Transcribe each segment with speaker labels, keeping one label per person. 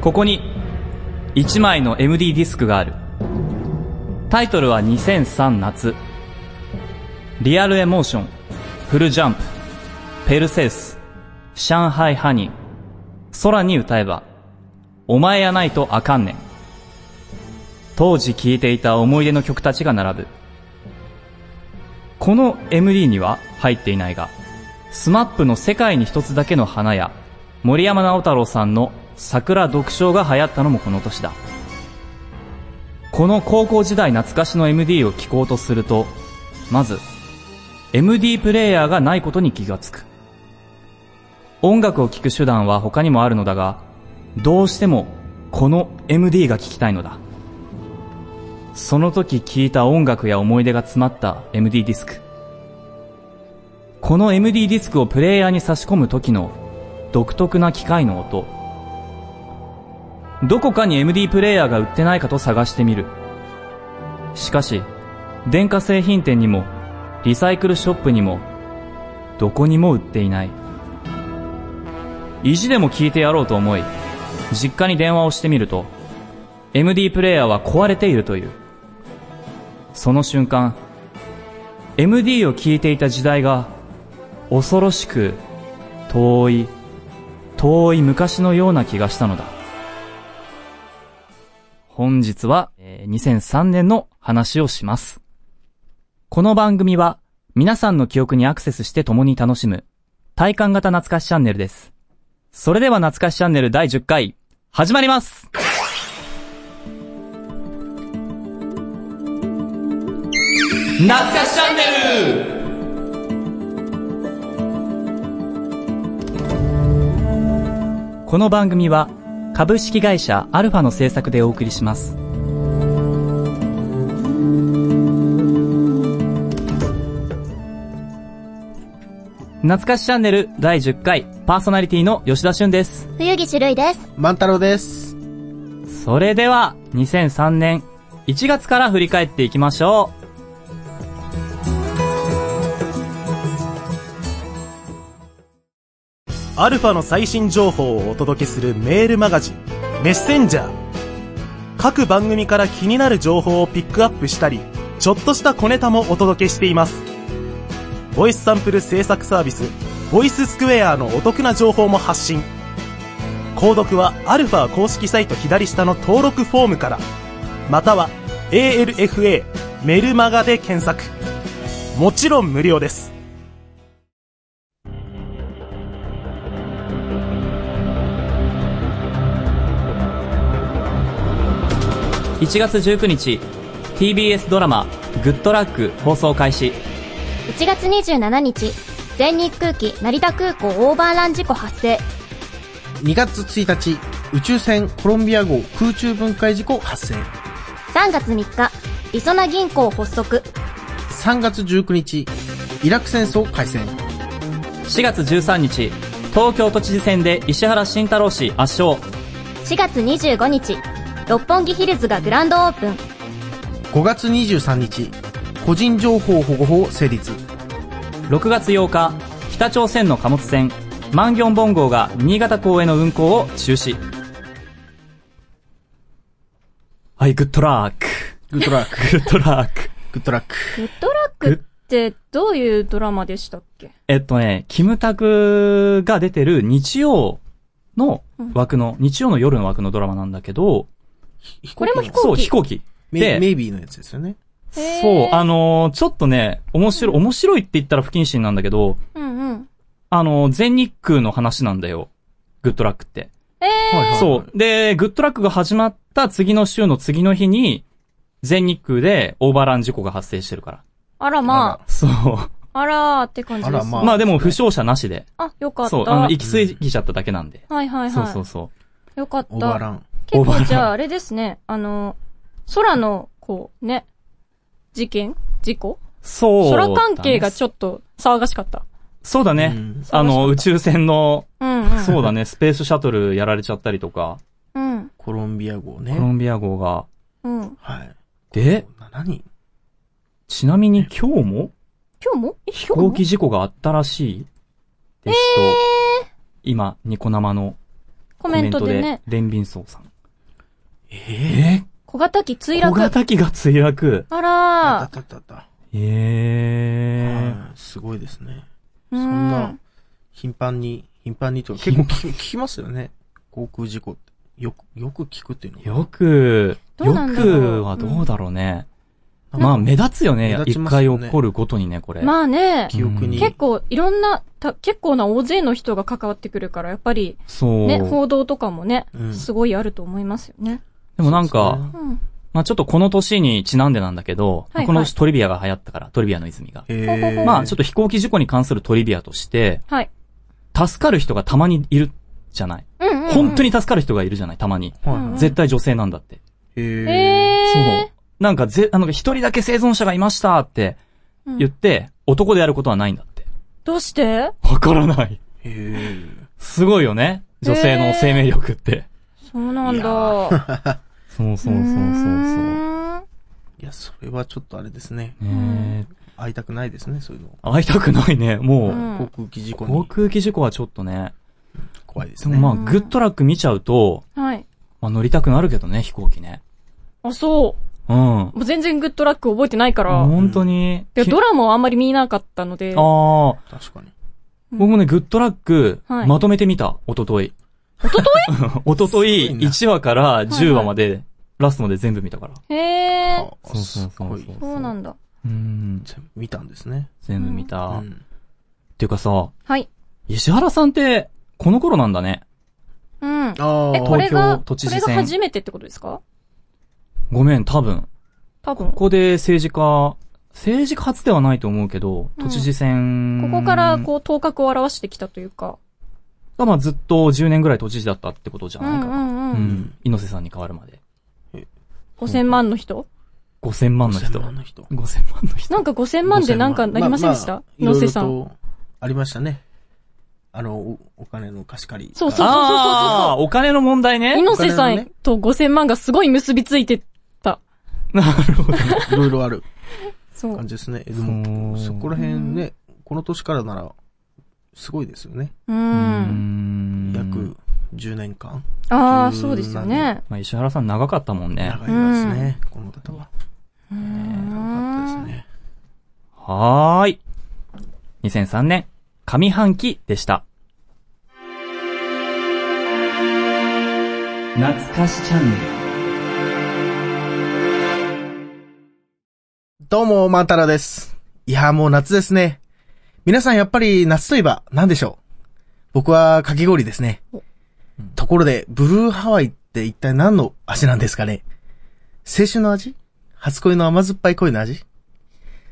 Speaker 1: ここに1枚の MD ディスクがあるタイトルは2003夏リアルエモーションフルジャンプペルセウス上海ハニー空に歌えばお前やないとあかんねん当時聴いていた思い出の曲たちが並ぶこの MD には入っていないが SMAP の「世界に一つだけの花」や森山直太朗さんの「桜読書」が流行ったのもこの年だこの高校時代懐かしの MD を聴こうとするとまず MD プレイヤーがないことに気がつく音楽を聴く手段は他にもあるのだがどうしてもこの MD が聴きたいのだその時聴いた音楽や思い出が詰まった MD ディスクこの MD ディスクをプレイヤーに差し込む時の独特な機械の音どこかに MD プレイヤーが売ってないかと探してみるしかし電化製品店にもリサイクルショップにもどこにも売っていない意地でも聞いてやろうと思い実家に電話をしてみると MD プレイヤーは壊れているというその瞬間 MD を聞いていた時代が恐ろしく遠い遠い昔のような気がしたのだ本日はえー2003年の話をしますこの番組は皆さんの記憶にアクセスして共に楽しむ体感型懐かしチャンネルですそれでは懐かしチャンネル第10回始まります懐かしチャンネルこの番組は株式会社アルファの制作でお送りします懐かしチャンネル第10回パーソナリティの吉田俊です
Speaker 2: 冬木種類です。
Speaker 3: 万太郎です。
Speaker 1: それでは2003年1月から振り返っていきましょう
Speaker 4: アルファの最新情報をお届けするメールマガジン、メッセンジャー。各番組から気になる情報をピックアップしたり、ちょっとした小ネタもお届けしています。ボイスサンプル制作サービス、ボイススクエアのお得な情報も発信。購読はアルファ公式サイト左下の登録フォームから、または ALFA メルマガで検索。もちろん無料です。
Speaker 1: 1月19日 TBS ドラマ「グッドラック」放送開始
Speaker 2: 1月27日、全日空機成田空港オーバーラン事故発生。
Speaker 3: 2月1日、宇宙船コロンビア号空中分解事故発生。
Speaker 2: 3月3日、りそな銀行発足。
Speaker 3: 3月19日、イラク戦争開戦。
Speaker 1: 4月13日東京都知事選で石原慎太郎氏圧勝
Speaker 2: 4月25日、六本木ヒルズがグランドオープン。
Speaker 3: 5月23日、個人情報保護法成立。
Speaker 1: 6月8日北朝鮮の貨物船万ンボン号が新潟港への運航を中止はいグッドラック
Speaker 3: グッドラック。
Speaker 1: グッドラック
Speaker 3: グッドラック。
Speaker 5: グッドラックってどういうドラマでしたっけ
Speaker 1: えっとねキムタクが出てる日曜の枠の、日曜の夜の枠のドラマなんだけど
Speaker 5: これも飛行機
Speaker 1: そう飛行機
Speaker 3: メメイビーのやつですよね。
Speaker 5: へー
Speaker 1: そう、あのーちょっとね、面白い、面白いって言ったら不謹慎なんだけど、
Speaker 5: うんうん。
Speaker 1: あのー全日空の話なんだよ。グッドラックって。
Speaker 5: えー、
Speaker 1: そう。で、グッドラックが始まった次の週の次の日に、全日空でオーバーラン事故が発生してるから。
Speaker 5: あらま
Speaker 1: そう。
Speaker 5: あ、あらーって感じです。
Speaker 3: あらまあ
Speaker 1: まあでも負傷者なしで。
Speaker 5: あ、よかった。
Speaker 1: そう、あの、
Speaker 5: はい
Speaker 1: 行き過ぎちゃっただけなんで。
Speaker 5: はいはい。
Speaker 1: そうそうそ
Speaker 5: よかっ
Speaker 3: オーバーラ
Speaker 5: た。
Speaker 3: ン。
Speaker 5: 結
Speaker 1: オーバーラ
Speaker 5: 構
Speaker 1: ン
Speaker 5: じゃああれですね、あの、空の、こう、ね、事件事故
Speaker 1: う。そうだ
Speaker 5: 空
Speaker 1: ね。
Speaker 5: 関係がちょっと騒がしかった。
Speaker 1: そうだね。
Speaker 3: うん
Speaker 1: あの、宇宙船の、
Speaker 5: うんうん。
Speaker 1: そうだね、スペースシャトルやられちゃったりとか、
Speaker 5: うん。
Speaker 3: コロンビア号
Speaker 1: コロ
Speaker 3: ね。
Speaker 1: ンビア号が。
Speaker 5: うん。
Speaker 3: はい。
Speaker 1: で、
Speaker 3: 7人
Speaker 1: ちなみに今日も
Speaker 5: 今日もえ
Speaker 1: 飛行機事故があったらしいですと、今、ニコ生の
Speaker 5: コメントでね、
Speaker 1: レンビンソウさん。
Speaker 3: え
Speaker 5: 小型機墜
Speaker 1: 小
Speaker 5: 落。
Speaker 1: 型機が墜落。
Speaker 5: あ
Speaker 3: ぇあっ
Speaker 5: らー。
Speaker 3: たあったあった。
Speaker 1: え
Speaker 3: はいすごいですね。
Speaker 5: そ
Speaker 3: そんな、頻繁に、頻繁にというか、結構聞き聞きますよね。航空事故って。よく、よく聞くっていうの
Speaker 1: ー。
Speaker 3: が
Speaker 1: よく、
Speaker 5: どう
Speaker 1: よ
Speaker 5: なんだろう
Speaker 1: くはどうだろうね。まあ、目立つよね
Speaker 3: 目。立ち
Speaker 1: 一
Speaker 3: ます
Speaker 1: 回
Speaker 3: よね
Speaker 1: 起こるごとにね、これ。
Speaker 5: まあね、
Speaker 3: 記憶に。
Speaker 5: 結構いろんな、た結構な大勢の人が関わってくるから、やっぱり
Speaker 1: そう。
Speaker 5: ね、報道とかもね、
Speaker 3: うん
Speaker 5: すごいあると思いますよね。
Speaker 1: でもなん
Speaker 3: そうです
Speaker 1: か、
Speaker 3: ね
Speaker 5: うん。
Speaker 1: まあちょっとこの年にちなんでなんだけど、
Speaker 5: はいはい
Speaker 1: この年トリビアが流行ったから、トリビアの泉が。
Speaker 3: へー
Speaker 1: まあちょっと飛行機事故に関するトリビアとして、
Speaker 5: はい。
Speaker 1: 助かる人がたまにいるじゃない。
Speaker 5: うんうん、うん。
Speaker 1: 本当
Speaker 5: に。
Speaker 1: に助かる人がいるじゃない、たまに。
Speaker 3: はい
Speaker 5: うん
Speaker 3: はい
Speaker 1: 絶対女性なんだって。
Speaker 3: へ
Speaker 5: え
Speaker 1: そ
Speaker 5: ー
Speaker 1: う。。なんかぜ、あの、一人だけ生存者がいましたって
Speaker 5: うん
Speaker 1: 言って、男でやることはないんだって。
Speaker 5: どうして
Speaker 1: わからない。
Speaker 3: ーへ
Speaker 1: すごいよね。女性の生命力って。
Speaker 5: そうなん
Speaker 3: いや
Speaker 5: だ。そう
Speaker 1: そうそうそうそうそう。
Speaker 3: ーいや、それはちょっとあれですね。
Speaker 1: ねえ
Speaker 3: 会いたくないですね、そういうの。
Speaker 1: 会いたくないね。もう、
Speaker 5: うん
Speaker 3: 航空機事故
Speaker 1: 航
Speaker 3: に
Speaker 1: 空機事故はちょっとね。
Speaker 3: 怖いで
Speaker 1: ですも
Speaker 3: ね。
Speaker 1: まあ、
Speaker 5: うん
Speaker 1: グッドラック見ちゃうと、
Speaker 5: はい。
Speaker 1: まあ乗りたくなるけどね、飛行機ね。
Speaker 5: あ、そ
Speaker 1: うん。
Speaker 5: う。もう全然グッドラック覚えてないから。
Speaker 1: 本当に。
Speaker 5: で
Speaker 1: け
Speaker 5: ドラマをあんまり見なかったので。一
Speaker 1: ああ、
Speaker 3: 確かに。
Speaker 5: うん
Speaker 1: 僕もね、グッドラック、
Speaker 5: はい
Speaker 1: まとめてみた、一昨日 一昨日
Speaker 3: すごい
Speaker 1: 一昨日
Speaker 3: な
Speaker 1: 1話から10
Speaker 5: はいは
Speaker 1: 話
Speaker 5: い
Speaker 1: まで、ラストまで全部見たから。
Speaker 5: へー。
Speaker 3: あすごい。
Speaker 5: そうなんだ。
Speaker 1: うん。
Speaker 3: 全部見たんですね。
Speaker 1: 全部見た。
Speaker 3: う
Speaker 1: っ
Speaker 3: ん
Speaker 1: ていうかさ、
Speaker 5: はい。
Speaker 1: 石原さんって、この頃なんだね。
Speaker 5: うん。
Speaker 3: あ
Speaker 5: え、こ
Speaker 3: あ、
Speaker 1: 東京
Speaker 5: れが、こ
Speaker 1: 都知事
Speaker 5: れ
Speaker 1: 選
Speaker 5: が初めてってことですか
Speaker 1: ごめん、多分。
Speaker 5: 多分。
Speaker 1: ここで政治家、政治家初ではないと思うけど、
Speaker 5: うん
Speaker 1: 都知事選、
Speaker 5: ここから、こう、頭角を表してきたというか。
Speaker 1: が、まあずっと10年ぐらい都知事だったってことじゃ
Speaker 5: う
Speaker 1: ない
Speaker 5: ん
Speaker 1: か
Speaker 5: う
Speaker 1: な。
Speaker 5: ん
Speaker 1: う
Speaker 5: うん。
Speaker 1: ん。猪瀬さんに変わるまで。
Speaker 5: 5000万の人
Speaker 1: 5000万の人。
Speaker 3: 5000万
Speaker 1: 5000
Speaker 3: の人。
Speaker 1: 万の人。
Speaker 5: なんか5000万でなんかなりませんでした
Speaker 3: 野
Speaker 5: 野
Speaker 3: 瀬
Speaker 5: 瀬
Speaker 3: さ
Speaker 5: さん。
Speaker 3: ん。ありましたね。あの、おお金の貸し借り。
Speaker 5: そうそう
Speaker 1: ああ、お金の問題ね。
Speaker 5: 猪瀬さ
Speaker 3: お金の
Speaker 5: ん
Speaker 3: ね
Speaker 5: と5000万がすごい結びついてた。
Speaker 1: なるほど。
Speaker 3: いろいろある
Speaker 5: そう。
Speaker 3: 感じです ね。えで
Speaker 1: う
Speaker 3: も、
Speaker 1: ん
Speaker 3: そこら辺ね、この年からなら、すごいですよね。
Speaker 5: う
Speaker 1: うー
Speaker 5: ん。
Speaker 1: ん
Speaker 3: 約10年間。
Speaker 5: ああ、そうですよね。
Speaker 1: まあ石原さん長かったもんね。
Speaker 3: 長いですね、この方は。
Speaker 5: う
Speaker 3: よかった
Speaker 5: ん
Speaker 3: ですね。
Speaker 1: はーい。2003年、上半期でした。懐かしチャンネ
Speaker 3: どうも、万太郎です。いや、もう夏ですね。皆さんやっぱり夏といえば何でしょう僕はかき氷ですね。ところで、ブルーハワイって一体何の味なんですかね青春の味初恋の甘酸っぱい恋の味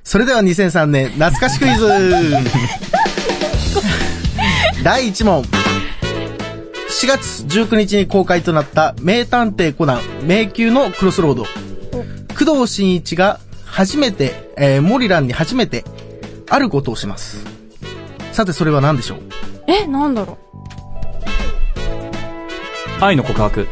Speaker 3: それでは2003年懐かしクイズ第1問。4月19日に公開となった名探偵コナン迷宮のクロスロード。工藤新一が初めて、えーモリランに初めて、あることをします。さて、それは何でしょう
Speaker 5: え、なんだろ
Speaker 1: ル。愛の告白。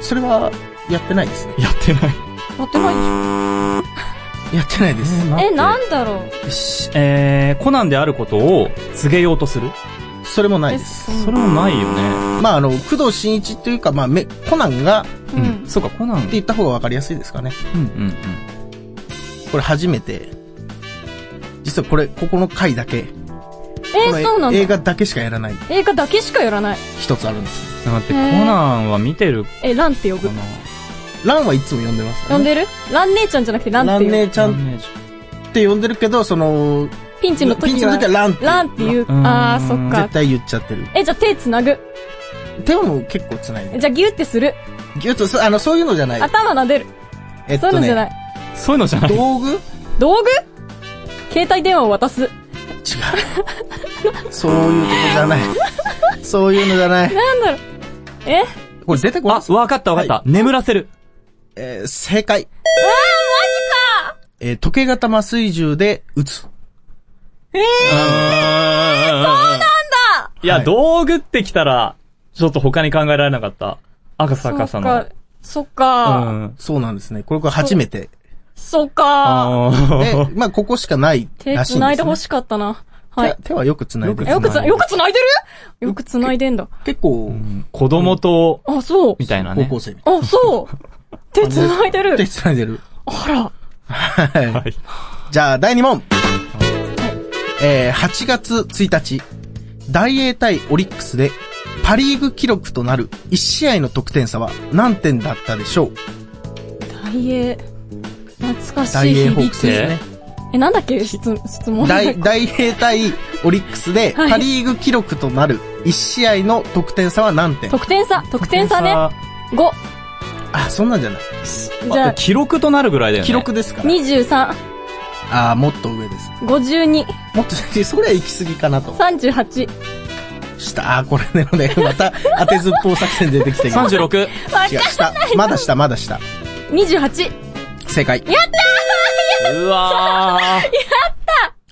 Speaker 3: それは、やってないですね。
Speaker 1: やってない。
Speaker 5: う。やってないで
Speaker 3: やってないです。
Speaker 5: しょ。え、なんだろう。
Speaker 1: しえー、コナンであることを告げようとする
Speaker 3: それもない
Speaker 5: え
Speaker 3: です。
Speaker 1: それもないよね。
Speaker 3: まあ、あの、工藤新一というか、まあ、め、コナンが、って
Speaker 5: うん。うん
Speaker 1: そうか、コナン。
Speaker 3: 言った方がわかりやすいですかね。
Speaker 1: うんうん
Speaker 3: これ初めて、実はこれ、ここの回だけ、
Speaker 5: え
Speaker 3: この
Speaker 5: ー、そうなんだ
Speaker 3: 映。画だけしかやらない
Speaker 5: 映画だけしかやらない。
Speaker 3: 一つあるんです。
Speaker 1: うん。だってコナンは見てるか
Speaker 5: え、ランって呼ぶ。
Speaker 1: な。
Speaker 3: ランはいつも呼んでますよ
Speaker 5: 呼ん
Speaker 3: ね。
Speaker 5: でるラン姉ちゃんじゃなくてランっ
Speaker 3: ラ
Speaker 5: て
Speaker 3: ン
Speaker 5: 呼ぶ。
Speaker 3: 姉ちゃんって呼んでるけど、その、
Speaker 5: ピンチの時は。
Speaker 3: ピンチの時はランって
Speaker 5: ランっていう。
Speaker 1: うん
Speaker 5: ああ、そっか
Speaker 3: 絶。対言っちゃってる。
Speaker 5: え、じゃあ手繋ぐ。
Speaker 3: 手をも結構繋いで。
Speaker 5: じゃあギュってする。
Speaker 3: ぎゅっと、そあの、そういうのじゃない。
Speaker 5: 頭撫でる。
Speaker 3: えっ
Speaker 5: そういう
Speaker 3: と
Speaker 5: のじゃ
Speaker 3: ね
Speaker 5: な、い。
Speaker 1: そういうのじゃない。
Speaker 3: 道具違う。
Speaker 5: 道具携帯電話を渡す。
Speaker 3: そういうとこじゃない。そういうのじゃない。
Speaker 5: なんだろう。え
Speaker 3: これ出てこない
Speaker 1: あ、わかったわかった、
Speaker 3: は
Speaker 1: 眠らせる。
Speaker 3: えー正解。うわマジかえー時計型麻酔銃で撃つ。
Speaker 1: えー、そうなんだいや、
Speaker 3: はい
Speaker 1: 道具ってきたら、ちょっと他に考えられなかった。赤坂さん
Speaker 5: そっ
Speaker 1: の
Speaker 5: か。。そっか。
Speaker 1: ん。
Speaker 3: そうなんですね。これが初めて。
Speaker 5: そっか。
Speaker 1: あ
Speaker 3: で
Speaker 1: ー、
Speaker 3: まあ、ここしかない
Speaker 5: 手
Speaker 3: らしいんです、ね。
Speaker 5: 繋いでほしかったな。はい
Speaker 3: 手手はよく繋いで
Speaker 5: えよくつ、
Speaker 3: 繋いで
Speaker 5: よく繋いでるよく繋いでんだ。
Speaker 3: 結構、
Speaker 1: 子供と、
Speaker 5: あ、そう。
Speaker 1: みたいな
Speaker 3: 高
Speaker 1: ね。
Speaker 3: 校生みたい
Speaker 5: あ、そう。手繋いで
Speaker 3: な。
Speaker 5: る
Speaker 3: 手。繋いでる。
Speaker 5: あら。
Speaker 3: は
Speaker 1: はい。
Speaker 3: い。じゃあ、第2問。えー、8月1日、大英対オリックスで、パリーグ記録となる1試合の得点差は何点だったでしょう
Speaker 5: 大英。懐かしい
Speaker 3: 大英ホー
Speaker 5: 響
Speaker 3: クス
Speaker 5: き。
Speaker 3: ですね。
Speaker 5: え、なんだっけ質、質問。
Speaker 3: 大、大英対オリックスで、
Speaker 5: はい
Speaker 3: パリーグ記録となる1試合の得点差は何点
Speaker 5: 得点差、得点差ね。5。
Speaker 3: あ、そんなんじゃない。
Speaker 5: じゃあ、
Speaker 1: 記録となるぐらいだよね。
Speaker 3: 記録ですから。
Speaker 5: 23、
Speaker 3: あー、もっと上です。
Speaker 5: 52、
Speaker 3: もっと、 それは行き過ぎかなと。
Speaker 5: 38。
Speaker 3: 下、あー、これなので、また、当てずっぽう作戦出てきて今違う、
Speaker 1: 36。
Speaker 3: 下。まだ下、まだ下。
Speaker 5: 28。
Speaker 3: 正解。
Speaker 1: うわ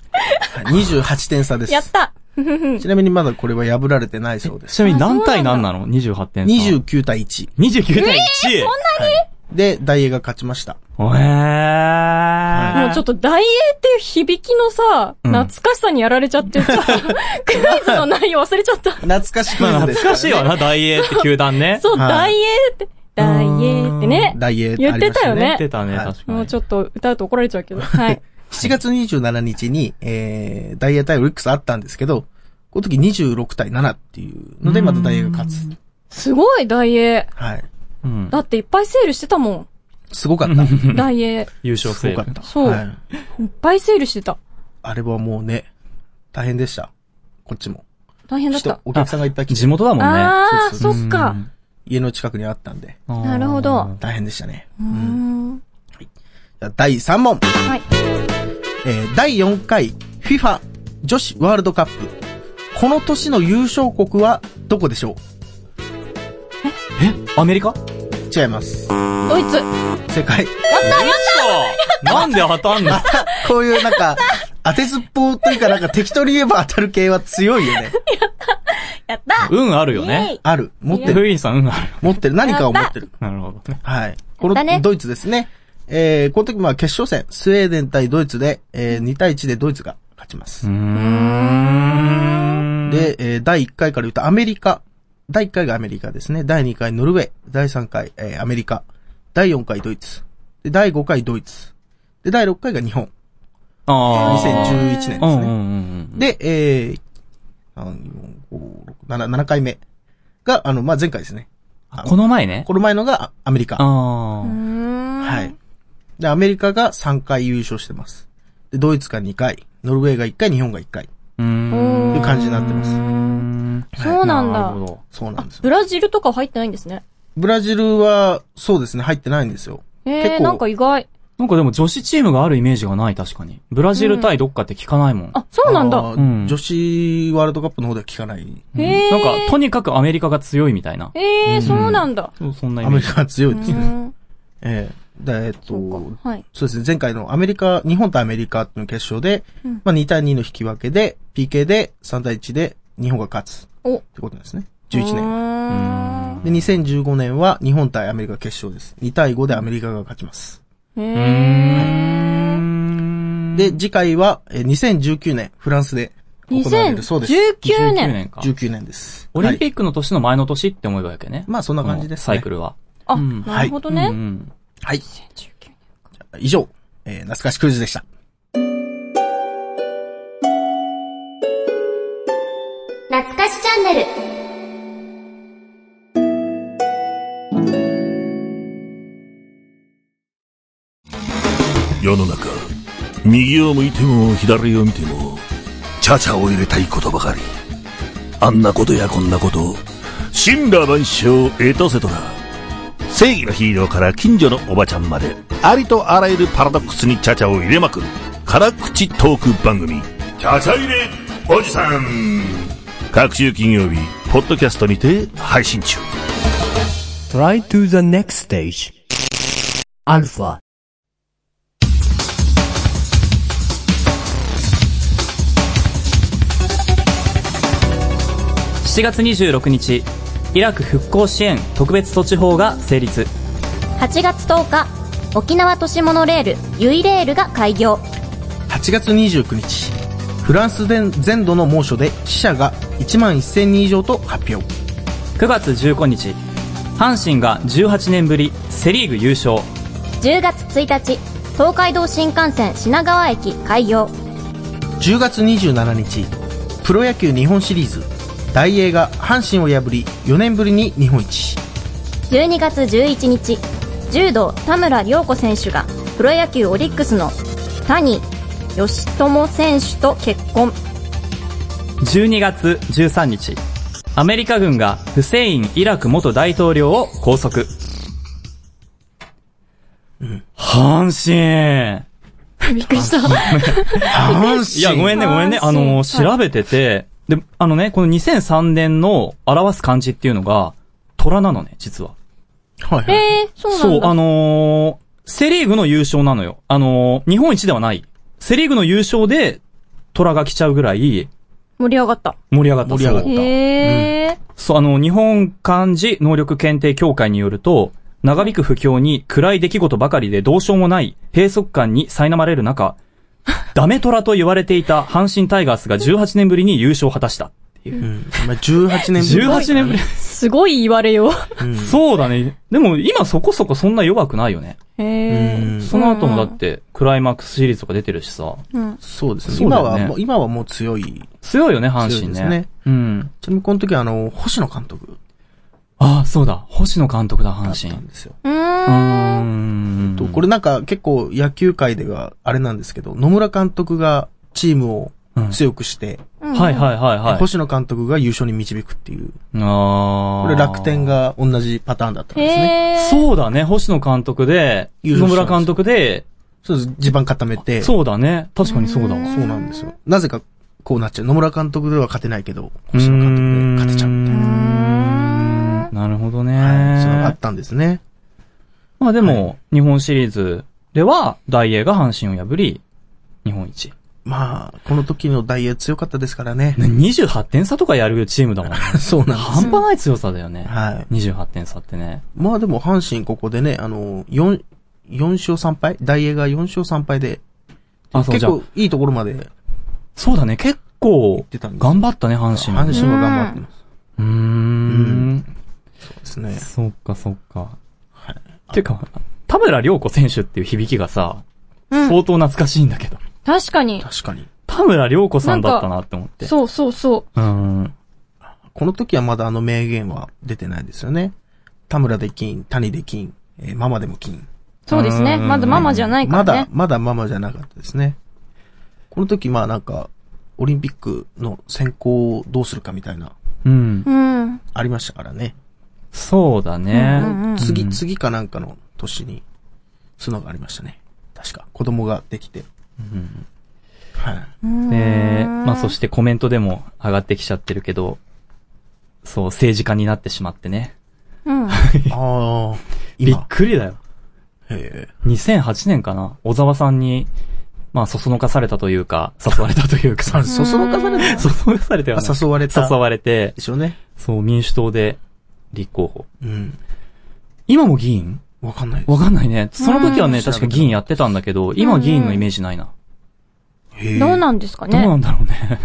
Speaker 3: 28点差です。
Speaker 5: やった。ふふふ
Speaker 3: ちなみにまだこれは破られてないそう
Speaker 1: ー。
Speaker 3: です。
Speaker 1: ちなみに何対何なの ?28 点差。。
Speaker 3: 29対1。
Speaker 1: 29対 1!
Speaker 3: で、ダイエーが勝ちました。
Speaker 1: おえー。
Speaker 5: もうちょっと大英っていう響きのさ、
Speaker 1: うん
Speaker 5: 懐かしさにやられちゃって、ちょっとクイズの内容忘れちゃった。
Speaker 3: 懐かしく
Speaker 1: まあ
Speaker 3: な
Speaker 1: 懐かしいわな、大英って球団ね。
Speaker 5: そう、
Speaker 3: はい
Speaker 5: 大英って、大英ってね。
Speaker 3: ダイエー
Speaker 5: 言ってたよね
Speaker 1: 言ってたね、
Speaker 3: はい
Speaker 1: 確かに。
Speaker 5: もうちょっと歌うと怒られちゃう けど。はい。
Speaker 3: 7月27日に、えー、ダイエー対オリックスあったんですけど、この時26対7っていうので、またダイエーが勝つ。
Speaker 5: すごい、大英。
Speaker 3: はい。
Speaker 1: うん
Speaker 5: だっていっぱいセールしてたも
Speaker 3: すごかった。す
Speaker 5: ん。大英。
Speaker 1: 優勝セ
Speaker 3: ごか
Speaker 1: ー
Speaker 3: っ
Speaker 1: ブ。
Speaker 3: た。
Speaker 5: そう
Speaker 3: はい。
Speaker 5: いっぱいセールしてた。
Speaker 3: あれはもうね、大変でした。こっちも。
Speaker 5: 大変だっ
Speaker 3: 人
Speaker 5: た。
Speaker 3: お客さんがいっぱい来
Speaker 1: 地
Speaker 3: て、
Speaker 1: 元だもんね。
Speaker 5: あー、
Speaker 3: そ
Speaker 5: そうっか。
Speaker 3: 家の近くにあったんで、
Speaker 1: うん
Speaker 5: なるほど。
Speaker 3: 大変でしたね。
Speaker 5: うーん。
Speaker 3: じゃあ第3問。
Speaker 5: はい。
Speaker 3: えー第4回 FIFA 女子ワールドカップ。この年の優勝国はどこでしょ
Speaker 1: アメリカ
Speaker 3: う違います。
Speaker 5: ドイツ。
Speaker 3: 正解。
Speaker 1: なんで当たんの
Speaker 3: また、こういうなんか、当てずっぽうというかなんか適当に言えば当たる系は強いよね。
Speaker 5: やった
Speaker 1: 運あるよ
Speaker 5: イエ
Speaker 1: ね
Speaker 5: イ。
Speaker 3: ある。持って
Speaker 1: フ
Speaker 3: る。
Speaker 1: リーさん運ある。
Speaker 3: 持ってる。何かを持ってる。
Speaker 1: なるほどね。
Speaker 3: はい。こ
Speaker 2: やった
Speaker 3: の、
Speaker 2: ね
Speaker 3: ドイツですね。えー、この時まあ決勝戦、スウェーデン対ドイツで、えー、2対1でドイツが勝ちま
Speaker 1: う
Speaker 3: す
Speaker 1: ー。ん。
Speaker 3: で、えー第1回から言うとアメリカ。第1回がアメリカですね。第2回ノルウェー。第3回、えーアメリカ。第4回ドイツ。で、第5回ドイツ。で、第6回が日本。
Speaker 1: あー。
Speaker 3: 2011年です
Speaker 1: うんうん
Speaker 3: ね。
Speaker 1: うん
Speaker 3: で、えー、3 4 5 6 7、7回目が、あの、まあ、前回ですね。
Speaker 1: うん。この前ね。
Speaker 3: この前のがアメリカ。
Speaker 1: あ
Speaker 5: うー
Speaker 1: ー。
Speaker 5: ん。
Speaker 3: はい。で、アメリカが3回優勝してます。で、ドイツが2回。ノルウェーが1回、日本が1回。
Speaker 1: うーん。
Speaker 3: いう感じになってます。
Speaker 5: そうなん
Speaker 1: なるほ
Speaker 5: だ。
Speaker 1: ど。
Speaker 3: そうなんですよ。
Speaker 5: ブラジルとか入ってないんですね。
Speaker 3: ブラジルは、そうですね、入ってないんですよ。
Speaker 5: え
Speaker 3: 結
Speaker 5: ー、
Speaker 3: 構
Speaker 5: なんか意外。
Speaker 1: なんかでも女子チームがあるイメージがない、確かに。ブラジル対どっかって聞かないもん。
Speaker 5: あ、そうなんだ。
Speaker 3: あー
Speaker 1: うん
Speaker 3: 女子ワールドカップの方では聞かない。
Speaker 5: へ
Speaker 1: うん
Speaker 5: え。
Speaker 1: なんか、とにかくアメリカが強いみたいな。
Speaker 5: ええ、そうなんだ。
Speaker 1: そうそんなイ
Speaker 3: ア
Speaker 1: メ
Speaker 3: メ
Speaker 1: ー
Speaker 3: リ
Speaker 1: ジ。
Speaker 3: カは強
Speaker 5: う
Speaker 3: いですね。
Speaker 5: ん。
Speaker 3: ええで、えっと、
Speaker 5: そうか。はい。
Speaker 3: そうですね、前回のアメリカ、日本とアメリカの決勝で、まあ2対2の引き分けで、PK で3対1で日本が勝つ。
Speaker 5: お
Speaker 3: ってことなんですね。11年。で、
Speaker 5: 年。
Speaker 3: 2015年は日本対アメリカ決勝です。2対5でアメリカが勝ちます。
Speaker 5: へー。
Speaker 3: で、次回は、えー2019年、フランスで行われるそうです。
Speaker 5: 2019
Speaker 1: 19
Speaker 5: 年。
Speaker 1: 年か。
Speaker 3: 19年です。
Speaker 1: オリンピ
Speaker 3: ッ
Speaker 1: ックの年の前の年って思えばやけね。
Speaker 3: クまあそんな感じです
Speaker 1: この
Speaker 3: ね。
Speaker 1: サイクルは。
Speaker 5: あ、
Speaker 1: うん
Speaker 5: なるほど
Speaker 1: う
Speaker 5: ね。
Speaker 1: ん
Speaker 3: はい。
Speaker 5: 2019
Speaker 3: 以上、えー懐かしクイズでした。
Speaker 2: 懐かしチャンネル。
Speaker 6: 世の中右を向いても左を見てもチャチャを入れたいことばかりあんなことやこんなこと神羅万象エトセトラ正義のヒーローから近所のおばちゃんまでありとあらゆるパラドックスにチャチャを入れまくる辛口トーク番組「チャチャ入れおじさん」各週金曜日ポッドキャストにて配信中
Speaker 7: Try to the next stage. Alpha.
Speaker 1: 7月26日、イラク復興支援特別措置法が成立。
Speaker 2: 8月10日、沖縄都市モノレール、ゆいレールが開業。
Speaker 3: 8月29日、フランス全全土の猛暑で死者が1万1000人以上と発表。
Speaker 1: 9月15日阪神が18年ぶりセ・リーグ優勝
Speaker 2: 10月1日東海道新幹線品川駅開業
Speaker 3: 10月27日、プロ野球日本シリーズ、大映が阪神を破り4年ぶりに日本一。
Speaker 2: 12月11日柔道田村亮子選手がプロ野球オリックスの谷義友選手と結婚
Speaker 1: 12月13日アメリカ軍がフセイン・イラク元大統領を拘束、阪神
Speaker 5: びっくりした。
Speaker 3: 阪
Speaker 1: いや、ごめんね、ごめんね。あの、
Speaker 5: 阪神
Speaker 1: 調べてて、で、あのね、この2003年の表す漢字っていうのが、虎なのね、実は。
Speaker 3: はいはい。
Speaker 5: えー、そうな
Speaker 1: そ
Speaker 5: ん
Speaker 1: う、あ
Speaker 5: だ。
Speaker 1: のーセリーグの優勝なのよ。あのー日本一ではない。セリーグの優勝で、虎が来ちゃうぐらい、
Speaker 5: 盛り上がった。
Speaker 1: 盛り上がった。
Speaker 3: 盛り上がっ
Speaker 1: そう
Speaker 3: た
Speaker 5: へえ。
Speaker 1: そう、あの、日本漢字能力検定協会によると、長引く不況に暗い出来事ばかりでどうしようもない閉塞感に苛まれる中、ダメトラと言われていた阪神タイガースが18年ぶりに優勝を果たした。
Speaker 3: うん。まあ、18年ぶり。
Speaker 1: 18年ぶり。
Speaker 5: すごい言われよう。
Speaker 3: うん
Speaker 1: そうだね。でも今そこそこそんな弱くないよね。
Speaker 5: へ
Speaker 3: う
Speaker 5: え。
Speaker 3: ん
Speaker 1: その後もだってクライマックスシリーズとか出てるしさ。
Speaker 5: うん。
Speaker 3: そうですね。
Speaker 1: そうだ
Speaker 3: 今
Speaker 1: よね
Speaker 3: はもう、今はもう強い。
Speaker 1: 強いよね、阪神
Speaker 3: 強いで
Speaker 1: ね。
Speaker 3: すね
Speaker 1: うん。
Speaker 3: ちなみにこの時はあの、星野監督
Speaker 1: ああ、そうだ。星野監督だ、
Speaker 3: だ
Speaker 1: 阪
Speaker 3: った
Speaker 1: 神。
Speaker 3: んですよ。
Speaker 5: う
Speaker 1: う
Speaker 5: ーん。
Speaker 1: ーん。
Speaker 3: とこれなんか結構野球界ではあれなんですけど、野村監督がチームを
Speaker 1: うん
Speaker 3: 強くして、
Speaker 1: はいはいはいはい。
Speaker 3: 星野監督が優勝に導くっていう。
Speaker 1: ああ。
Speaker 3: これ楽天。が同じパターンだったんですね。
Speaker 5: へえ。
Speaker 1: そうだね、星野監督で、
Speaker 3: 優
Speaker 1: 野
Speaker 3: 勝したん
Speaker 1: 村監
Speaker 3: です
Speaker 1: 督で、
Speaker 3: そうです。地盤固めて。
Speaker 1: そうだね。確かにそうだわ。
Speaker 3: そうなんですよ。なぜかこうなっちゃう。野村監督では勝てないけど、星野監督で勝てちゃうみたいな。
Speaker 1: な。なるほどね。
Speaker 3: はい。そういうのがあったんですね。
Speaker 1: まあでも、日本シリーズでは、大英が阪神を破り、日本一。
Speaker 3: まあ、この時のダイエー強かったですからね。
Speaker 1: ね28点差とかやるチームだもん。
Speaker 3: そうなんです
Speaker 1: 半端ない強さだよね
Speaker 3: よ。。はい。
Speaker 1: 28点差ってね。
Speaker 3: まあでも、阪神ここでね、あの、4、4勝3敗ダイエーが4勝3敗で、
Speaker 1: あ、そう
Speaker 3: 結
Speaker 1: じゃあ
Speaker 3: 構いいところまで
Speaker 1: そうだね、結構、
Speaker 3: 出たんですよ
Speaker 1: 頑張ったね、阪神。
Speaker 3: 阪神は頑張ってます。
Speaker 1: うーん。
Speaker 3: ですね。
Speaker 1: そっかそっか。
Speaker 3: はい。
Speaker 1: てか、田村良子選手っていう響きがさ、
Speaker 5: うん
Speaker 1: 相当懐かしいんだけど。
Speaker 5: 確かに。
Speaker 3: 確かに。
Speaker 1: 田村良子さんだったなって思って。
Speaker 5: そうそうそ
Speaker 1: う
Speaker 5: う。
Speaker 1: ーん。
Speaker 3: この時はまだあの名言は出てないんですよね。田村で金、谷で金、えーママでも金。
Speaker 5: そうですね。
Speaker 1: うん
Speaker 5: まだママじゃないか
Speaker 3: ま
Speaker 5: ら
Speaker 3: だ
Speaker 5: ね、。
Speaker 3: まだママじゃなかったですね。この時まあなんか、オリンピックの選考をどうするかみたいな、
Speaker 1: うん。
Speaker 5: うん。
Speaker 3: ありましたからね。
Speaker 1: そうだね。
Speaker 5: うんうんうん
Speaker 3: 次、次かなんかの年に、そういうのがありましたね。確か。子供ができて。 はい。
Speaker 1: で、まあそしてコメントでも上がってきちゃってるけど、そう、政治家になってしまってね。
Speaker 5: うん。
Speaker 3: ああ、
Speaker 1: びっ
Speaker 3: 今。
Speaker 1: くりだよ。
Speaker 3: へえ。
Speaker 1: 2008年かな小沢さんに、まあ、そそのかされたというか、誘われたというか、そ
Speaker 3: そそのかされ た
Speaker 1: そのかされたよね。
Speaker 3: あ誘われた
Speaker 1: 誘われて
Speaker 3: で、しょうね。
Speaker 1: そう、民主党で立候補。
Speaker 3: うん。
Speaker 1: 今も議員
Speaker 3: わかんないで
Speaker 1: わかんないね。その時はね、
Speaker 3: うん
Speaker 1: 確か議員やってたんだけど、今議員のイメージないな。
Speaker 3: す。へえ
Speaker 5: どうなんですか
Speaker 1: どうな
Speaker 5: ね。
Speaker 1: んだろうね。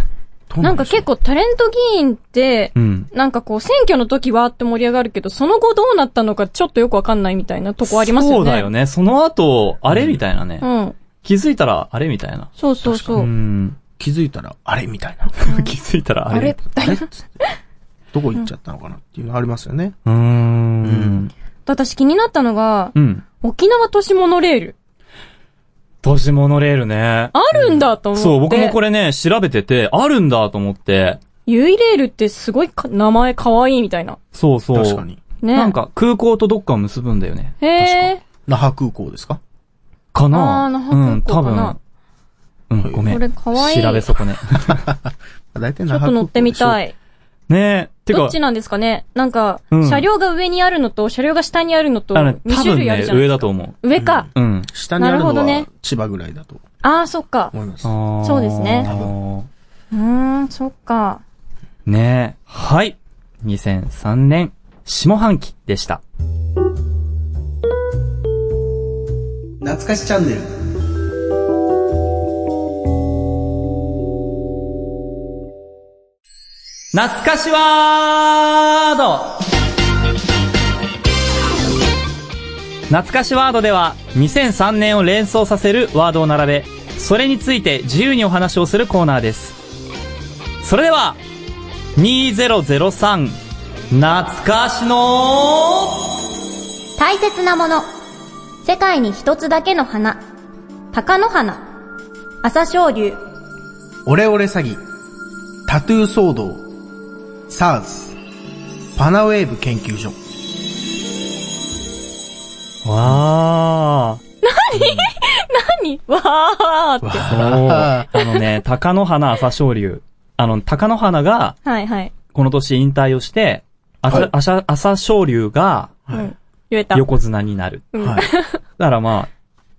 Speaker 3: どう
Speaker 5: なん
Speaker 3: で
Speaker 5: か
Speaker 3: しょう
Speaker 5: 結構タレント議員って
Speaker 1: う、ん。
Speaker 5: なんかこう選挙の時はーって盛り上がるけど、その後どうなったのかちょっとよくわかんないみたいなとこありますよね。
Speaker 1: そうだよ
Speaker 5: ね。
Speaker 1: ね。その後、あれみたいなね。
Speaker 5: うん。
Speaker 1: 気づいたら、あれみたいな。
Speaker 5: そうそうそう
Speaker 1: う。ん。
Speaker 3: 気づいたら、あれみたいな。
Speaker 1: 気づいたら、あ
Speaker 5: あ
Speaker 1: れ
Speaker 5: れ
Speaker 3: あ れっつってどこ行っちゃったのかなっていうのありますよね。
Speaker 1: うーん。
Speaker 5: 私気になったのが、
Speaker 1: うん。
Speaker 5: 沖縄都市モノレール。
Speaker 1: 都市モノレールね。
Speaker 5: あるんだと思って。
Speaker 1: そう、僕もこ
Speaker 5: れ。
Speaker 1: れね、調べてて、あるんだと思って。
Speaker 5: ユイレールってすごいか名前かわいいみたいな。
Speaker 1: そうそう。
Speaker 3: 確か。に。
Speaker 5: ね。
Speaker 1: なん。か、空港とどっかを結ぶんだよね。
Speaker 5: へえ。
Speaker 3: 那覇空港ですか
Speaker 1: か
Speaker 5: あー
Speaker 1: な
Speaker 5: 那覇空港かな
Speaker 1: うん、多分。うん、ごめ
Speaker 5: これ
Speaker 1: ん。
Speaker 5: かわいい。
Speaker 1: 調べ
Speaker 5: ちょ
Speaker 1: 損 ね。
Speaker 3: 大体那
Speaker 5: っ
Speaker 3: 覇空港で
Speaker 5: と乗
Speaker 3: しょ。
Speaker 5: ってみた
Speaker 3: い。
Speaker 5: い。
Speaker 1: ねえ。て
Speaker 5: ど
Speaker 1: か
Speaker 5: っち、なんですかねなんか
Speaker 1: うん、
Speaker 5: 車両が上にあるのと、車両が下にあるのと、
Speaker 1: あの、
Speaker 5: 2
Speaker 1: 多
Speaker 5: 種
Speaker 1: 分
Speaker 5: 類ある
Speaker 1: ね、
Speaker 5: じゃん。
Speaker 1: 上だと思
Speaker 5: 上か。
Speaker 1: う。うん。
Speaker 3: 下にあるの
Speaker 5: なるほど
Speaker 3: は
Speaker 5: ね
Speaker 3: 千葉ぐらいだと
Speaker 5: ああ、そっか。
Speaker 3: 思います。
Speaker 1: あー
Speaker 5: そうですね多うーん、そっか。
Speaker 1: ねえ。はい。2003年、下半期でした。
Speaker 3: 懐かしチャンネル。
Speaker 1: 懐かしワード懐かしワードでは2003年を連想させるワードを並べそれについて自由にお話をするコーナーですそれでは2003懐かしの
Speaker 2: 大切なもの。世界に一つだけの花。鷹の花。朝青龍。
Speaker 3: オレオレ詐欺、タトゥー騒動、サーズ、パナウェーブ研究所。
Speaker 1: わー。
Speaker 5: 何わーっ
Speaker 1: あのね、鷹の花朝青龍。あの、鷹の花が、
Speaker 5: て。はいはい。
Speaker 1: この年引退をして、朝、朝、朝青龍が
Speaker 5: うん。言えた。
Speaker 1: 横綱になる。
Speaker 5: うん
Speaker 3: はい。
Speaker 1: だからまあ、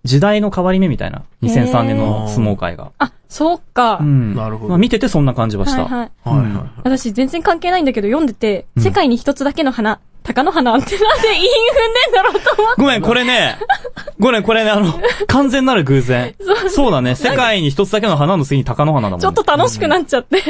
Speaker 1: 時代の変わり目みたいな。2003年の相撲界が。
Speaker 5: あ、そうか。
Speaker 1: うん。
Speaker 3: なるほど
Speaker 1: まあ見ててそんな感じはし
Speaker 5: はい
Speaker 1: た。
Speaker 5: はい。
Speaker 3: はいはい
Speaker 1: うん
Speaker 3: はい。
Speaker 5: 私全然関係ないんだけど読んでて、
Speaker 1: うん
Speaker 5: 世界に一つだけの花、鷹の花ってなんで韻踏んでんだろうと思って。
Speaker 1: ごめん、これね、ごめん、これね、あの、完全なる偶 然。そうだね、世界に一つだけの花の次に鷹の花だもんね。
Speaker 5: ちょっと楽しくなっちゃって、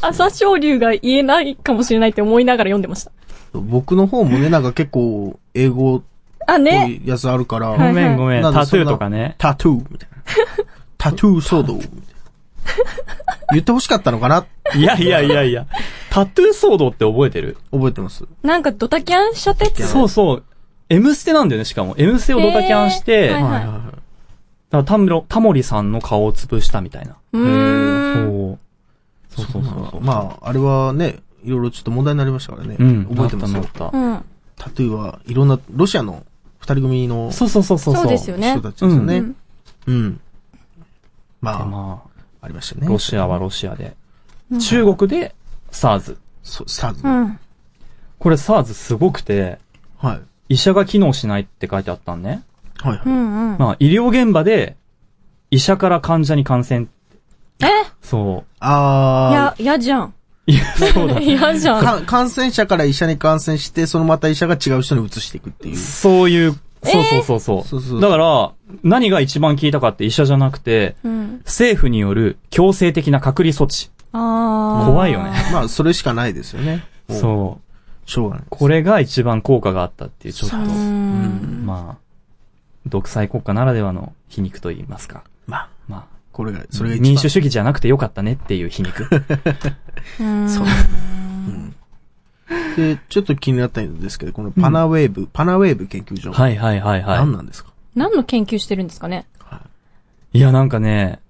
Speaker 5: 朝青龍が言えないかもしれないって思いながら読んでました。
Speaker 3: 僕の方もね、なんか結構、英語っ
Speaker 5: あ、
Speaker 3: ぽ
Speaker 5: ね。
Speaker 3: いやつあるから、
Speaker 1: ごめん、ごめん、
Speaker 3: なん
Speaker 1: タ
Speaker 3: で
Speaker 1: ト
Speaker 3: そん
Speaker 1: ゥー
Speaker 3: な
Speaker 1: とかね。
Speaker 3: タトゥーみ たいな。タトゥー騒動みたいな。言って欲しかったのかない
Speaker 1: やいやいやいや、タトゥー騒動って覚えてる
Speaker 3: 覚えてます。
Speaker 5: なんかドタキャンしちゃったやつ。
Speaker 1: そうそう。M ステなんだよね、しかも。M ステをドタキャンして、
Speaker 5: へーはいはい
Speaker 1: だからタムロタモリさんの顔を潰したみたいな。
Speaker 5: うーん。
Speaker 1: そう。そうそうそうそう。
Speaker 3: まあ、あれはね、いろいろちょっと問題になりましたからね。
Speaker 1: うん、
Speaker 3: 覚えてます
Speaker 1: な
Speaker 3: よ
Speaker 1: っ。たなっ
Speaker 5: うん。
Speaker 3: タトゥーはいろんな、ロシアの二人組の
Speaker 1: たそうそうそうそう。
Speaker 5: そうですよね
Speaker 3: 人。たちですよね。
Speaker 5: う
Speaker 3: うんん。
Speaker 1: で
Speaker 3: ま
Speaker 1: ま
Speaker 3: あ、ありました
Speaker 1: あ、
Speaker 3: ね。
Speaker 1: ロシアはロシアで。中国で SARS。
Speaker 3: そう、サーズ。
Speaker 5: うん。
Speaker 1: これ SARS すごくて、
Speaker 3: はい。
Speaker 1: 医者が機能しないって書いてあったんね。
Speaker 3: はいは
Speaker 5: う
Speaker 3: い。
Speaker 5: んうん。
Speaker 1: まあ、医療現場で、医者から患者に感染。
Speaker 5: え
Speaker 1: そ
Speaker 5: い
Speaker 3: あ
Speaker 5: や、嫌じゃん。
Speaker 1: う。いや、そうだ。
Speaker 5: 嫌じ
Speaker 3: ー、
Speaker 5: ゃん。
Speaker 3: か感染者から医者に感染して、そのまた医者が違う人に移していくっていう。
Speaker 1: そういう、そうそうそうそう。
Speaker 3: そうそう
Speaker 1: だから、何が一番効いたかって医者じゃなくて、
Speaker 5: うん。
Speaker 1: 政府による強制的な隔離措置。
Speaker 5: あー。
Speaker 1: 怖いよね。
Speaker 3: まあ、それしかないですよね。もう
Speaker 1: そう。
Speaker 3: しょうがない。
Speaker 1: これが一番効果があったっていう、ちょっと
Speaker 5: う、ん。
Speaker 1: まあ、独裁国家ならではの皮肉と言いますか。
Speaker 3: まあ、
Speaker 1: まあ、
Speaker 3: これが、それが一番。
Speaker 1: 民主主義じゃなくてよかったねっていう皮肉。
Speaker 5: うん。
Speaker 3: そう。で、ちょっと気になったんですけど、このパナウェーブ、パナウェーブ研究所。
Speaker 1: はいはいはいは
Speaker 3: 何なんですか
Speaker 5: 何の研究してるんですかね
Speaker 1: い。いやなんかね、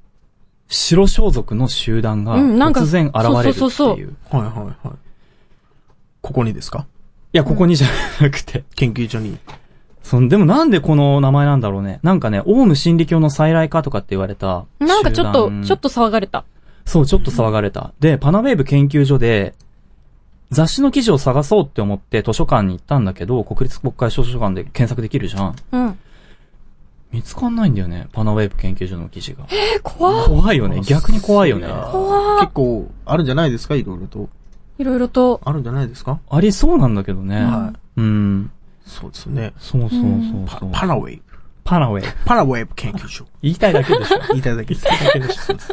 Speaker 1: 白装束の集団が
Speaker 5: うんなんか
Speaker 1: 突然現れるって
Speaker 5: そうそうそう
Speaker 1: いう。
Speaker 3: はいはいはい。ここにですか
Speaker 1: いや、ここにじゃなくて。
Speaker 3: 研究所に。
Speaker 1: その、でもなんでこの名前なんだろうね。なんかね、オウム真理教の再来かとかって言われた。
Speaker 5: なんかちょっと
Speaker 1: 集団、
Speaker 5: ちょっと騒がれた。
Speaker 1: そう、ちょっと騒がれた。で、パナウェーブ研究所で、雑誌の記事を探そうって思って図書館に行ったんだけど、国立国会図書館で検索できるじゃん。
Speaker 5: うん。
Speaker 1: 見つかんないんだよね、パナウェーブ研究所の記事が。
Speaker 5: え、怖っ
Speaker 1: 怖いよね、逆に怖いよね。
Speaker 5: 怖っ
Speaker 3: 結構、あるんじゃないですかいろいろと。
Speaker 5: いろいろと。
Speaker 3: あるんじゃないですか
Speaker 1: ありそうなんだけどね。
Speaker 3: は
Speaker 1: うん。
Speaker 3: そうですね。
Speaker 1: そうそうそう
Speaker 3: パ
Speaker 1: そう。
Speaker 3: パナウェーブ。
Speaker 1: パナウェーブ。
Speaker 3: パナウェーブ研究所。
Speaker 1: 言いたいだけでしょ。
Speaker 3: 言いたいだけです。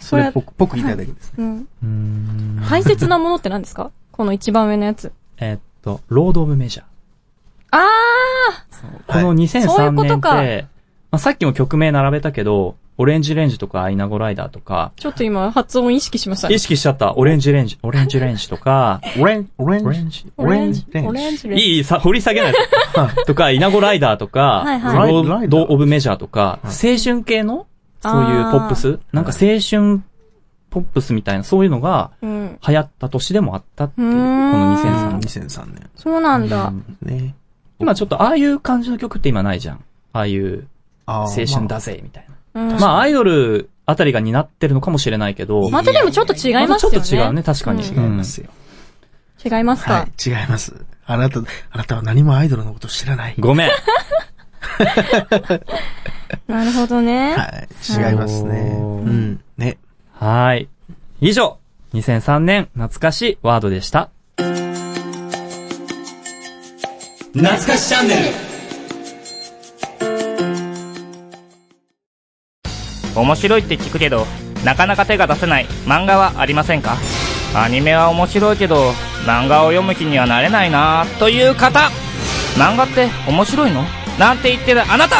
Speaker 3: それっぽく、ぽく言いたいだけですね。
Speaker 5: うん。
Speaker 1: うーん。
Speaker 5: 大切なものって何ですか この一番上のやつ。
Speaker 1: えっと、ロード・オブ・メジャー。
Speaker 5: あ
Speaker 1: この
Speaker 3: はい
Speaker 5: そうい
Speaker 1: 2003
Speaker 5: うこ
Speaker 1: 年
Speaker 5: と
Speaker 1: っ
Speaker 5: か
Speaker 1: て、まあ、さっきも曲名並べたけど、オレンジレンジとかアイナゴライダーとか、
Speaker 5: ーちょっと今発音意識しましたね
Speaker 1: 意。識しちゃった、オレンジレンジ、オレンジレンジとか、
Speaker 3: オレン、オレ
Speaker 1: オレ
Speaker 3: ン
Speaker 1: ン
Speaker 3: ジ
Speaker 1: ジ。
Speaker 5: オレンジ。オレンジレンジ。
Speaker 1: いい、さ、掘り下げないで。 とか、イナゴライダーとか、
Speaker 5: はいはい
Speaker 1: ロ
Speaker 3: ラ
Speaker 1: ー
Speaker 3: イダ
Speaker 1: ド・
Speaker 3: ー
Speaker 1: オブ・メジャーとか、青春系の、そういうポップス、なんか青春ポップスみたいな、そういうのが
Speaker 5: うん。
Speaker 1: 流行った年でもあったっていう、
Speaker 5: う
Speaker 1: こ
Speaker 5: ーん
Speaker 1: の2003年。
Speaker 3: 2003年
Speaker 5: そうなんだ。
Speaker 3: ね。
Speaker 1: 今ちょっとああいう感じの曲って今ないじゃん。ああいう
Speaker 3: あ
Speaker 1: 青
Speaker 3: ー
Speaker 1: 春。だぜ、みたいな。
Speaker 5: うん
Speaker 1: まあ、アイドルあたりが担ってるのかもしれないけど、
Speaker 5: またでもちょっと違い
Speaker 1: ま
Speaker 5: ま
Speaker 1: たち
Speaker 5: す
Speaker 1: ょ
Speaker 5: よ
Speaker 1: っ
Speaker 5: ね。
Speaker 1: と違うね、確かに。
Speaker 5: う
Speaker 3: 違い
Speaker 5: ん
Speaker 3: ますよ。
Speaker 5: 違います
Speaker 3: は
Speaker 5: か。
Speaker 3: い、違います。あなた、あなたは何もアイドルのこと知らない。
Speaker 1: ごめん。
Speaker 5: なるほどね。
Speaker 3: はい、違いますね。
Speaker 1: おー
Speaker 3: うん、ね。
Speaker 1: はい。以上、2003年懐かしいワードでした。懐かしチャンネ
Speaker 8: 面白いって聞くけどなかなか手が出せない漫画はありませんかアニメは面白いけど漫画を読む気にはなれないなという方漫画って面白いのなんて言ってるあなた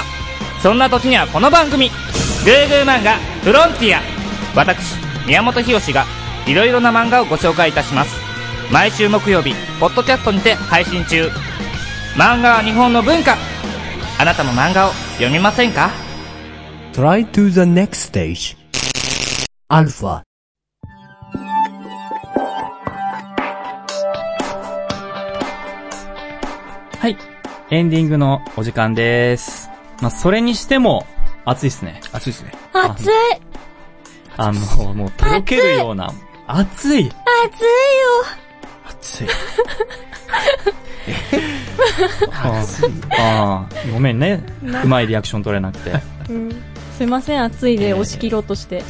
Speaker 8: そんな時にはこの番組「グーグー漫画フロンティア」私宮本浩がいろいろな漫画をご紹介いたします毎週木曜日ポッドキャストにて配信中漫画は日本の文化あなたも漫画を読みませんか
Speaker 4: Try to the next stage. Alpha.
Speaker 1: はい。エンディングのお時間です。まあ、それにしても、暑いっすね。
Speaker 3: 暑いですね。
Speaker 5: 暑い
Speaker 1: あの、もう、とろけるような。暑い
Speaker 5: 暑いよ
Speaker 3: 暑い。
Speaker 1: 暑いああ、ごめんね。うまいリアクション取れなくて。
Speaker 9: すいません、暑いで押し切ろうとして。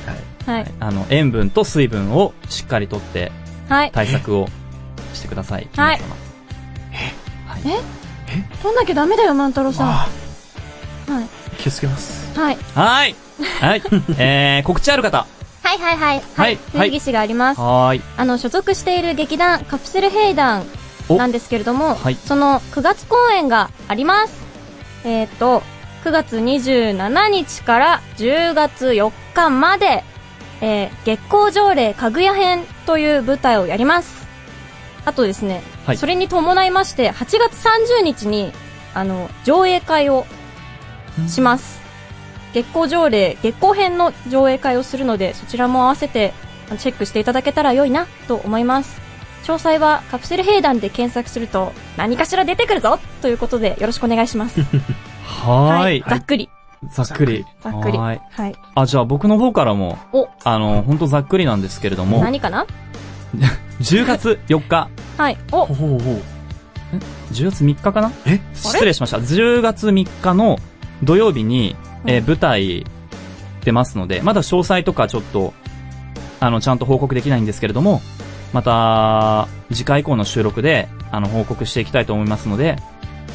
Speaker 9: はい。
Speaker 1: あの、塩分と水分をしっかりとって、
Speaker 9: はい。
Speaker 1: 対策をしてくだ さい。
Speaker 9: はい
Speaker 1: 皆様。
Speaker 9: 取んなきゃダメだよ、万太郎さん。は
Speaker 3: あ気をつけます。
Speaker 9: い。はい。
Speaker 1: はい。 はい。えー、告知ある方。
Speaker 5: はいはいはい。
Speaker 1: は
Speaker 5: はいい。水木氏があります。
Speaker 1: はーい。
Speaker 5: あの、所属している劇団、カプセル兵団
Speaker 1: お
Speaker 5: なんですけれども、
Speaker 1: はい
Speaker 5: その9月公演があります。えっ、と、9月27日から10月4日まで、えー月光条例かぐや編という舞台をやります。あとですね、
Speaker 1: はい
Speaker 5: それに伴いまして、8月30日に、あの、上映会をします。月光条例、月光編の上映会をするので、そちらも合わせてあのチェックしていただけたら良いなと思います。詳細はカプセル兵団で検索すると何かしら出てくるぞということでよろしくお願いします。
Speaker 1: はーい。
Speaker 5: ざっくり。
Speaker 1: ざっくり。
Speaker 5: ざっくり。
Speaker 1: は
Speaker 5: は
Speaker 1: ーい
Speaker 5: い。
Speaker 1: あ、じゃあ僕の方からも、
Speaker 5: お、
Speaker 1: あの、ほんとざっくりなんですけれども、
Speaker 5: 何かな
Speaker 1: 10月4日、
Speaker 5: はい。お、
Speaker 3: ほうほう。
Speaker 1: 10月3日かな
Speaker 3: え
Speaker 1: 失礼しました。10月3日の土曜日に、えー舞台出ますので、まだ詳細とかちょっと、あの、ちゃんと報告できないんですけれども、また、次回以降の収録で、あの、報告していきたいと思いますので、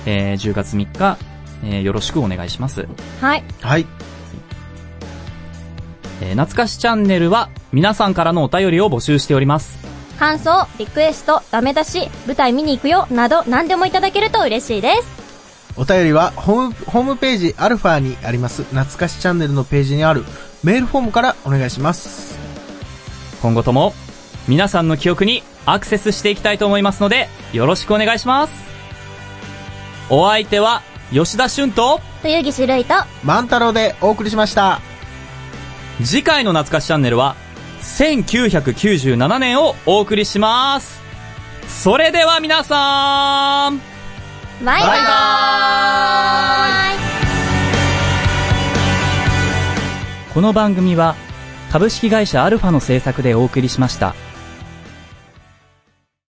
Speaker 1: えー10月3日、えーよろしくお願いします。
Speaker 5: はい。
Speaker 3: はい。
Speaker 1: えー懐かしチャンネルは、皆さんからのお便りを募集しております。
Speaker 5: 感想、リクエスト、ダメ出し、舞台見に行くよ、など何でもいただけると嬉しいです。
Speaker 3: お便りはホーム、ホームページアルファにあります、懐かしチャンネルのページにあるメールフォームからお願いします。
Speaker 1: 今後とも、皆さんの記憶にアクセスしていきたいと思いますので、よろしくお願いします。お相手は、吉田俊と、
Speaker 5: 冬岸るいと、
Speaker 3: 万太郎でお送りしました。
Speaker 1: 次回の懐かしチャンネルは、1997年をお送りします。それでは皆さん
Speaker 5: バイバーイ
Speaker 1: この番組は、株式会社アルファの制作でお送りしました。